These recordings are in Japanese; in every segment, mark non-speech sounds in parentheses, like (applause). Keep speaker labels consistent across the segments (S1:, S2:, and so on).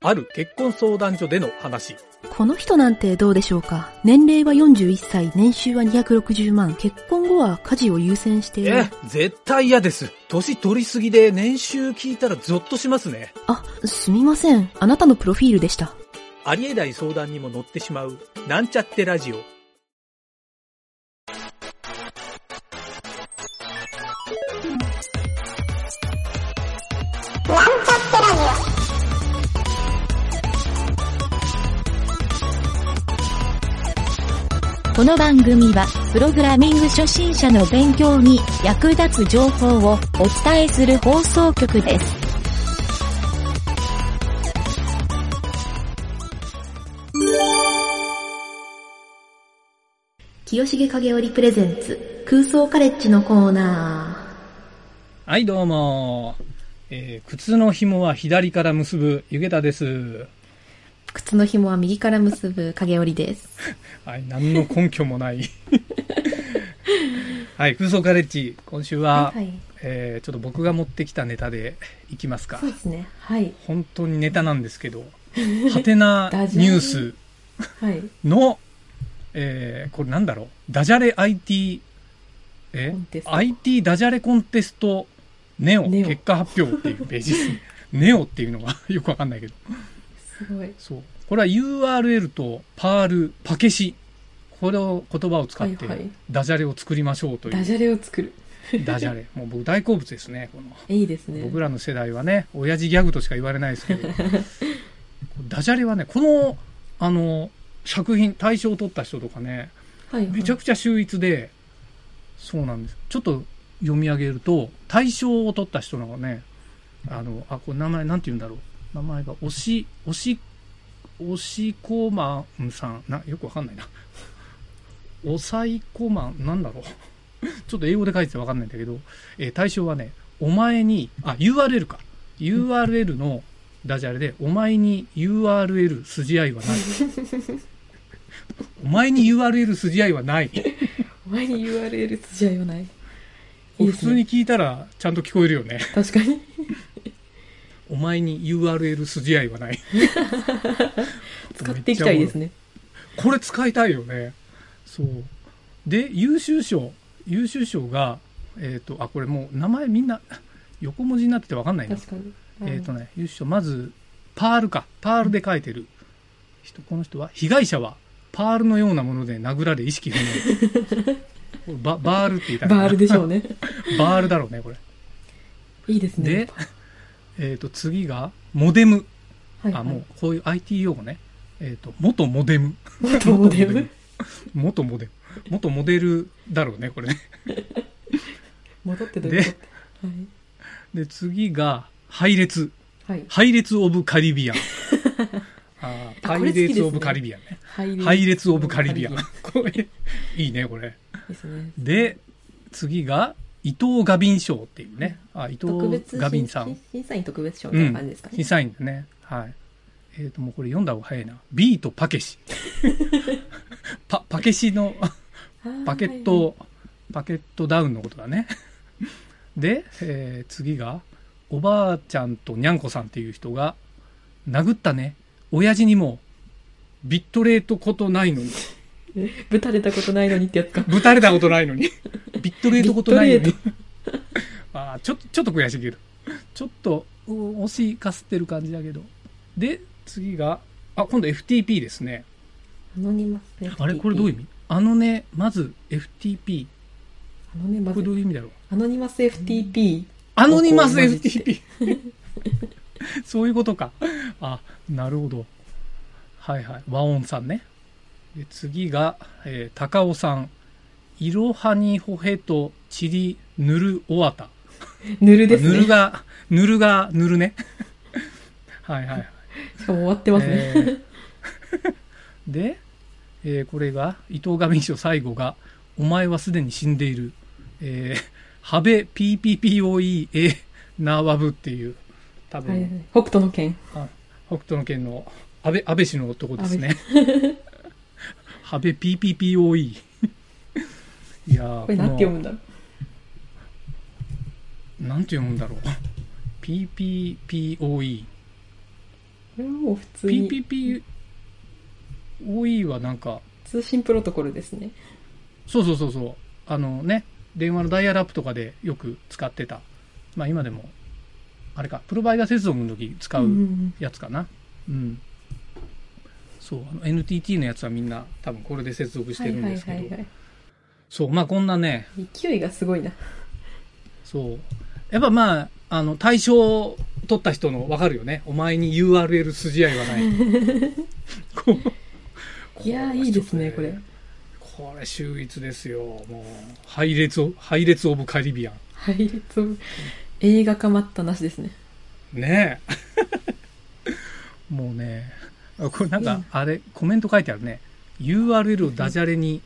S1: ある結婚相談所での話。
S2: この人なんてどうでしょうか年齢は41歳、年収は260万、結婚後は家事を優先している
S1: え。、絶対嫌です。年取りすぎで年収聞いたらゾッとしますね。
S2: あ、すみません。あなたのプロフィールでした。
S1: ありえない相談にも乗ってしまう、なんちゃってラジオ。
S3: この番組は、プログラミング初心者の勉強に役立つ情報をお伝えする放送局です。
S2: 清重影織プレゼンツ、空想カレッジのコーナ
S1: はい、どうも。えー靴の紐は左から結ぶ、ゆげたです。
S2: ー。靴の紐は右から結ぶ影織です。
S1: はい、何の根拠も (laughs) ない。はい、空想カレッジ、今週は、
S2: はい。
S1: えーちょっと僕が持ってきたネタでいきますか
S2: そ。うですね。はい。
S1: 本当にネタなんですけど、ハテなニ
S2: ダジャレ
S1: ュース
S2: はい。
S1: の、えーこれなんだろう、ダジャレ IT、え
S2: コンテスト
S1: ?IT ダジャレコンテストネオ
S2: ネオ
S1: 結果発表っていうペー
S2: (laughs)
S1: ジですね。ネオっていうのがよくわかんないけど。
S2: すごい。
S1: そう。これは URL とパール、パケシ。これを、言葉を使って
S2: はいはい、
S1: ダジャレを作りましょうという、
S2: ダジャレを作る。
S1: ダジャレ。もう僕大好物ですね、この。
S2: いいですね。
S1: 僕らの世代はね親父ギャグとしか言われないですけ
S2: (laughs)
S1: どダジャレはねこのあの作品大賞を取った人とかね
S2: はい、はい。
S1: めちゃくちゃ秀逸でそうなんですちょっと読み上げると大賞を取った人のがねあのあこれ名前なんて言うんだろう名前が押し押し押しこまんさんなよくわかんないな (laughs) おさいこまんなんだろう (laughs) ちょっと英語で書いててわかんないんだけど、えー対象はね、お前に、あ、URL か。URL のダジャレで、お前に URL 筋合いはない。お前に URL 筋合いはない。
S2: お前に URL 筋合いはない。いい
S1: 普
S2: です
S1: 通
S2: ね。
S1: に聞いたらちゃんと聞こえるよね。
S2: 確かに。
S1: (laughs) お前に URL 筋合いはない。
S2: 使っていきたいですね。
S1: (laughs) これ使いたいよね。そう。で、優秀賞。優秀賞が、えっ、と、あ、これもう名前みんな横文字になっててわかんないな。
S2: 確かに。
S1: えっ、とね、優勝、まず、パールか。パールで書いてる人、この人は、被害者は、パールのようなもので殴られ意識不明。 (laughs) これババールって言いたいな
S2: バールでしょ
S1: (laughs)
S2: うね。
S1: バールだろうね、これ。
S2: いいですね。
S1: で、えっ、と、次が、モデム。
S2: はい、はい。
S1: あ、もう、こういう IT 用語ね。えっ、と、元モデム。
S2: 元モデル
S1: (laughs) 元モデル。元モデルだろうね、これね。
S2: 戻ってどういうことはい。
S1: で、次が、配列。 (laughs)
S2: はい。
S1: 配列オブカリ
S2: (laughs)
S1: ビアン。あー
S2: あ
S1: パ
S2: これ
S1: イ
S2: 好き
S1: レー
S2: ですね
S1: ツオブカリビアンね。
S2: 配
S1: 配列オブカリビアン
S2: で。
S1: これ、いいね、これ。(laughs)
S2: すね。
S1: で、次が、伊藤ガビン賞っていうね。あ、伊
S2: 特
S1: 藤
S2: 別
S1: ガビンさん。
S2: 審査員特別賞み
S1: う
S2: たいな感じ
S1: ん
S2: ですか。ね。
S1: 審査員だね。はい。えっ、と、もうこれ読んだ方が早いな。ビートパケシ。パ、パケシの、
S2: あー
S1: パケッ。ト、パケットダウンのことだね。 (laughs) で、えー次が、おばあちゃんとにゃんこさんっていう人が、殴ったね。親父にも、ビットレートことないのに。
S2: はいはいぶたれたことないのにってやつ
S1: (laughs)
S2: か。
S1: ぶたれたことないのに。ビットレートことないの
S2: ビ
S1: に。 (laughs) あーちょっと、ちょっと悔しいけど。ちょっと、うん惜しいかすってる感じだけど。で、次が、あ、今度 FTP ですね。
S2: アノニマスね。
S1: あれこれどういう意味あのね、まず FTP。
S2: あのね、ま
S1: これど
S2: ず
S1: う、いう意味だろう
S2: アノニマス FTP。
S1: アノニマス
S2: ここを混じって
S1: FTP。そういうことか。あ、なるほど。はいはい。和音さんね。で次が、えー、高尾さん。いろはにほへとちりぬるおわた。
S2: ぬるです
S1: ぬる
S2: ね。
S1: が、ぬるが、ぬるね。 (laughs) はいはいはい。
S2: しかも終わってますね。
S1: えーで、えーこれが、伊藤上賞最後が、お前はすでに死んでいる。えー、ハベ PPPOEA ナーワブっていう、多
S2: はいはい
S1: 分、
S2: 北斗の拳。
S1: あ北斗の県の安倍、安倍氏の男ですね。 (laughs) ハベ PPPOE。いやー
S2: これなんて読むんだろう。
S1: なんて読むんだろう。PPPOE。
S2: これはもう普通に
S1: PPPOE はなんか、
S2: 通信プロトコルですね
S1: そうそうそうそう。あのね、電話のダイヤルアップとかでよく使ってた。まあ今でも、あれか、プロバイダー接続の時使
S4: うんう
S1: うんやつかな。うん。そう、あの NTT のやつはみんな多分これで接続してるんですけど。
S2: はいはいはい
S1: そう、まあこんなね、
S2: はい、勢いがすごいな
S1: そう。やっぱまあ、あの、対象を取った人のわかるよね。お前に URL 筋合いはない。
S2: (laughs)
S1: こう
S2: いやーいいですねこれ。
S1: これ秀逸ですよ。もう、配列を、配列オブカリビアン。
S2: 配列を映画化待ったなしですね
S1: ね (laughs) え。もうね、あこれなん
S2: う
S1: か
S2: ん、
S1: あれ、コメント書いてあるね。URL をダジャレに、えー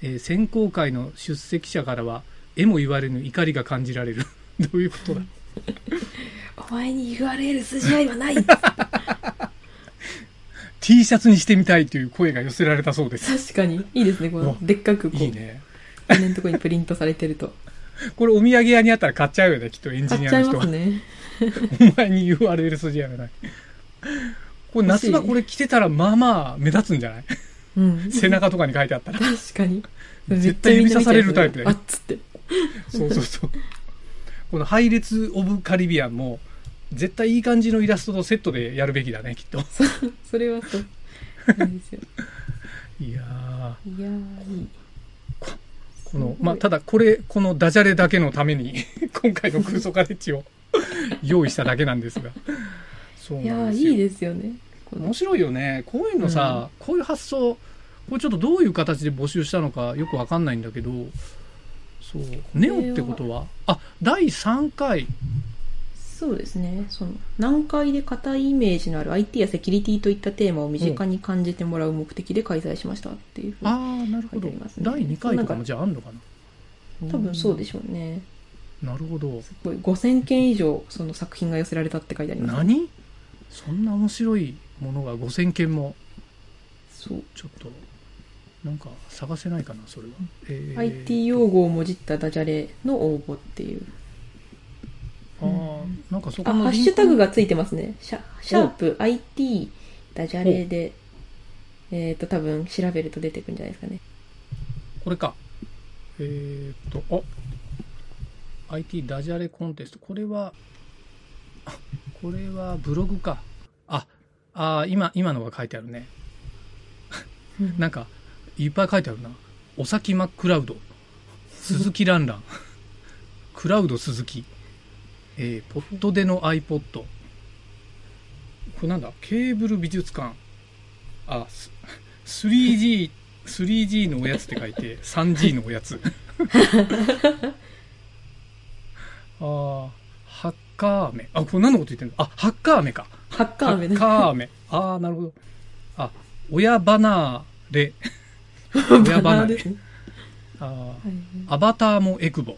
S1: 選考会の出席者からは、えも言われぬ怒りが感じられる。 (laughs) どういうことだ
S2: お前に URL 筋合いは (laughs) ない
S1: ?T シャツにしてみたいという声が寄せられたそうです。
S2: 確かにいいですねこ
S1: うわ
S2: のでっかくこう
S1: いいね。
S2: 胸のとこにプリントされてると
S1: これお土産屋にあったら買っちゃうよね、きっ (laughs) とエンジ
S2: 買
S1: ニ
S2: っ
S1: ア
S2: ちゃ
S1: の
S2: い
S1: 人
S2: ま
S1: は。
S2: すね
S1: お前に URL 筋やめない。これ
S2: 欲し
S1: 夏
S2: い
S1: 場これ着てたらまあまあ目立つんじゃない
S2: うん
S1: 背中とかに書いてあったら。
S2: 確かに
S1: 絶対指さされるタイプだよ
S2: あっつって
S1: (laughs) そうそうそう。この配列オブカリビアンも絶対いい感じのイラストとセットでやるべきだね、きっと。
S2: それは (laughs) そうなんですよ
S1: (laughs) いやー。
S2: いやーいい
S1: こ
S2: すご
S1: の
S2: い、
S1: まあ、ただこれ、このダジャレだけのために、今回の空想カレッジを用意しただけなんですが。そう
S2: いや
S1: なん
S2: ー
S1: ですよ。
S2: いいですよねこの
S1: 面白いよねこういうのさ、こういう発想これちょっとどういう形で募集したのかよくわかんないんだけどそうネオってことはあ第3回
S2: そうですねその難解で硬いイメージのある IT やセキュリティといったテーマを身近に感じてもらう目的で開催しましたっていうふうに
S1: ああなるほど、
S2: 書いてありますね
S1: 第2回とか
S2: そうなん
S1: も
S2: か
S1: じゃああんのかな
S2: 多分そうで
S1: し
S2: しょうね
S1: ょなるほど
S2: すごい5000件以上その作品が寄せられたって書いてありますね
S1: 何そんな面白いものが5000件も
S2: そう
S1: ちょっとなんか探せないかなそれは、えー
S2: IT 用語をもじったダジャレの応募っていう
S1: あーなんかそこ
S2: あ
S1: の
S2: ハッ
S1: リン
S2: シ
S1: ク
S2: ュタグがついてますねシャシャープ IT ダジャレでえっ、と多分調べると出てくるんじゃないですかね
S1: これか。えーっと、あ IT ダジャレコンテスト。これは、あこれはブログか。あ、あー今、今のが書いてあるね。なんか、いっぱい書いてあるな。おさきまクラウド。鈴木ランラン。クラウド鈴木。えー、ポッドでの iPod。これなんだケーブル美術館。あ、す 3G、3G のおやつって書いて、3G のおや
S2: (laughs)
S1: つ。あーハッカー飴。あ、これ何のこと言ってんのあ、ハッカー飴か。
S2: ハッカー飴
S1: ハッ
S2: ね
S1: カー飴。ああ、なるほど。あ、親離
S2: (laughs)
S1: れ。親
S2: バナ
S1: 離
S2: ー
S1: れ
S2: で。すね
S1: あ
S2: はい
S1: ーアバターもエクボ。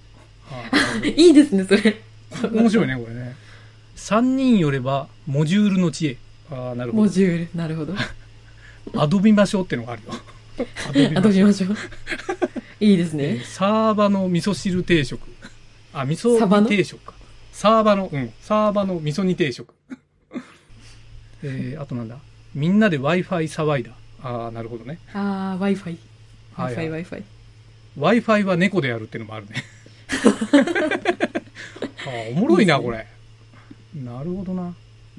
S1: あー
S2: はいいいですねそれ (laughs)
S1: 面白いね、これね。三人よれば、モジュールの知恵。ああ、なるほ
S2: モ
S1: ど。
S2: ジュールなるほど
S1: アドビましょうってのがある
S2: (laughs)
S1: よ。アドビ
S2: あ
S1: マ
S2: どう
S1: シ
S2: しま (laughs) しょういいです
S1: ョー
S2: ね
S1: サーバの味噌汁定食。あ、味噌
S2: サバの
S1: 煮定食か。サーバの、うん。サーバの味噌煮定食。 (laughs) えー、あとなんだ。みんなで Wi-Fi 騒いだ。ああ、なるほどね。
S2: ああ w i f i w
S1: はい
S2: i f
S1: はい
S2: i w i f i
S1: Wi-Fi は猫であるっていうのもある (laughs) ね。あーおもろいな、これ。なるほどな。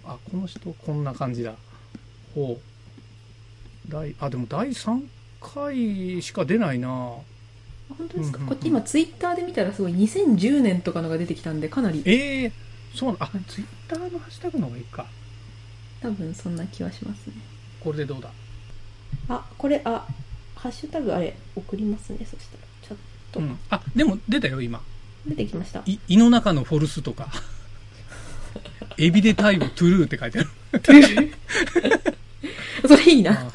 S1: あ、この人、こんな感じだ。ほう。第、あ、でも第3回しか出ないな。
S2: 本当ですか、
S1: うんうんうん
S2: こっち今ツイッターで見たらすごい2010年とかのが出てきたんでかなり
S1: ええそうなあ、ツイッターのハッシュタグの方がいいか。
S2: 多分そんな気はしますね
S1: これでどうだ
S2: あこれあハッシュタグあれ送りますねそしたらちょっと、
S1: うん。あ、でも出たよ、今。
S2: 出てきました
S1: い胃の中のフォルスと (laughs) か。エビでタイをトゥルーって書いてある。
S2: それいいな
S1: あ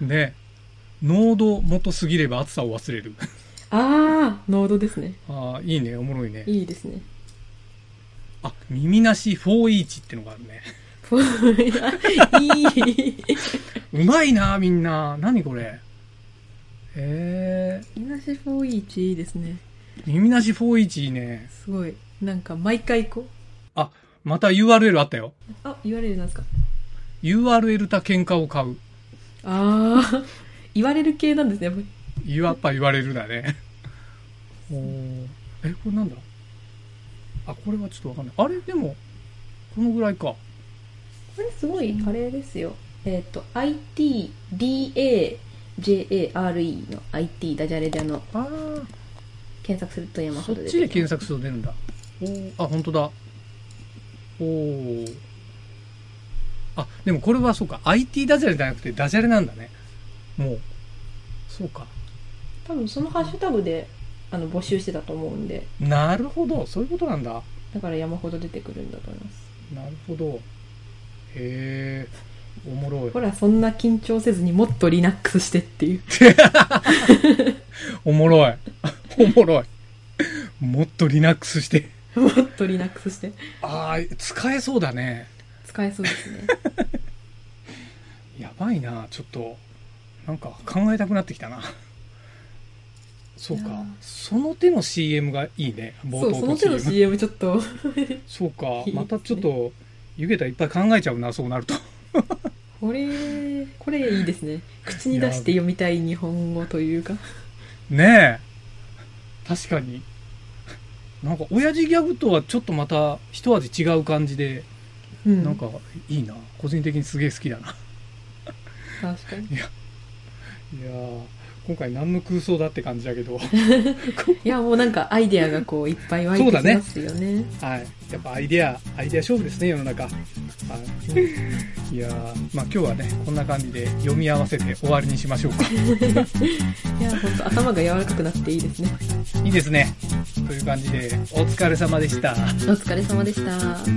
S1: ね濃度元すぎれば暑さを忘れる。
S2: あーノードですね
S1: ああ、いいね、おもろいね。
S2: いいですね
S1: あ、耳なし4-1ってのがあるね。
S2: ぽ (laughs) いあいいう
S1: まいな、みんな。何これ。え
S2: いなし411いいですね
S1: ー、耳なし4-1いいね。
S2: すごいなんか毎回こう
S1: あ、また URL あったよ。
S2: あ URL なんですか
S1: URL た喧嘩を買う。
S2: ああ、 (laughs) 言われる系なんですね、やっぱり。
S1: いわっぱ言われるだ
S2: (laughs)
S1: ね。おーえ、これなんだあ、これはちょっとわかんない。あれでも、このぐらいか。
S2: これすごい、あれですよ。えっ、と、ITDAJARE の IT ダジャレであの、
S1: あ
S2: 検索すると
S1: あ、
S2: 山
S1: そ
S2: ほ
S1: っ
S2: ど出
S1: ち
S2: て
S1: で
S2: きま
S1: 検索
S2: す。
S1: すると出るんだ。おーあ、本当だ。おーあ、でもこれはそうか。IT ダジャレじゃなくてダジャレなんだね。もう。そうか。
S2: 多分そのハッシュタグであの募集してたと思うんで、
S1: なるほど。そういうことなんだ。
S2: だから山ほど出てくるんだと思います。
S1: なるほど。へえ。おもろい
S2: ほ。ら、そんな緊張せずにもっとリナックスしてって (laughs) いう。
S1: おもろい。おもろい。もっとリナックスして。
S2: もっとリナックスして。
S1: ああ、使えそうだね。
S2: 使えそうです (laughs) ね。
S1: やばいな。ちょっと、なんか考えたくなってきたな。そう
S2: いや
S1: か
S2: ー。
S1: その手の CM がいいね。冒
S2: そう、
S1: 頭
S2: そ
S1: の
S2: の手
S1: CM。
S2: の CM ちょっと。
S1: そうか
S2: いいです。ね
S1: またちょっと、湯桁いっぱい考えちゃうな、そうなると。
S2: これ、これいいですね。口に出して読みたい日本語というか。
S1: ねえ。確かに。なんか、親父ギャグとはちょっとまた、一味違う感じで、
S2: うん、
S1: なんか、いいな。個人的にすげえ好きだな。
S2: 確かに。
S1: いやー今回何の空想だって感じだけど、はい
S2: や、もうなんかアイデアがこういっぱい湧いてきますよね。
S1: い、やっぱアイデア、アイデア勝負ですね、世の中。はい、いやーまあ今日はね、こんな感じで読み合わせて終わりにしましょうか。
S2: いや、本当頭が柔らかくなっていいですね。
S1: いいですね。という感じで、お疲れ様でした。
S2: お疲れ様でした。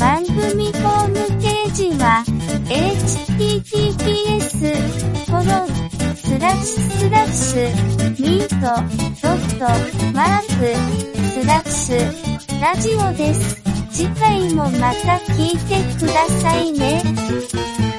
S5: 番組ホームページは https コロンスラッシュスラッシュミートドットマークスラッシュラジオです。次回もまた聞いてくださいね。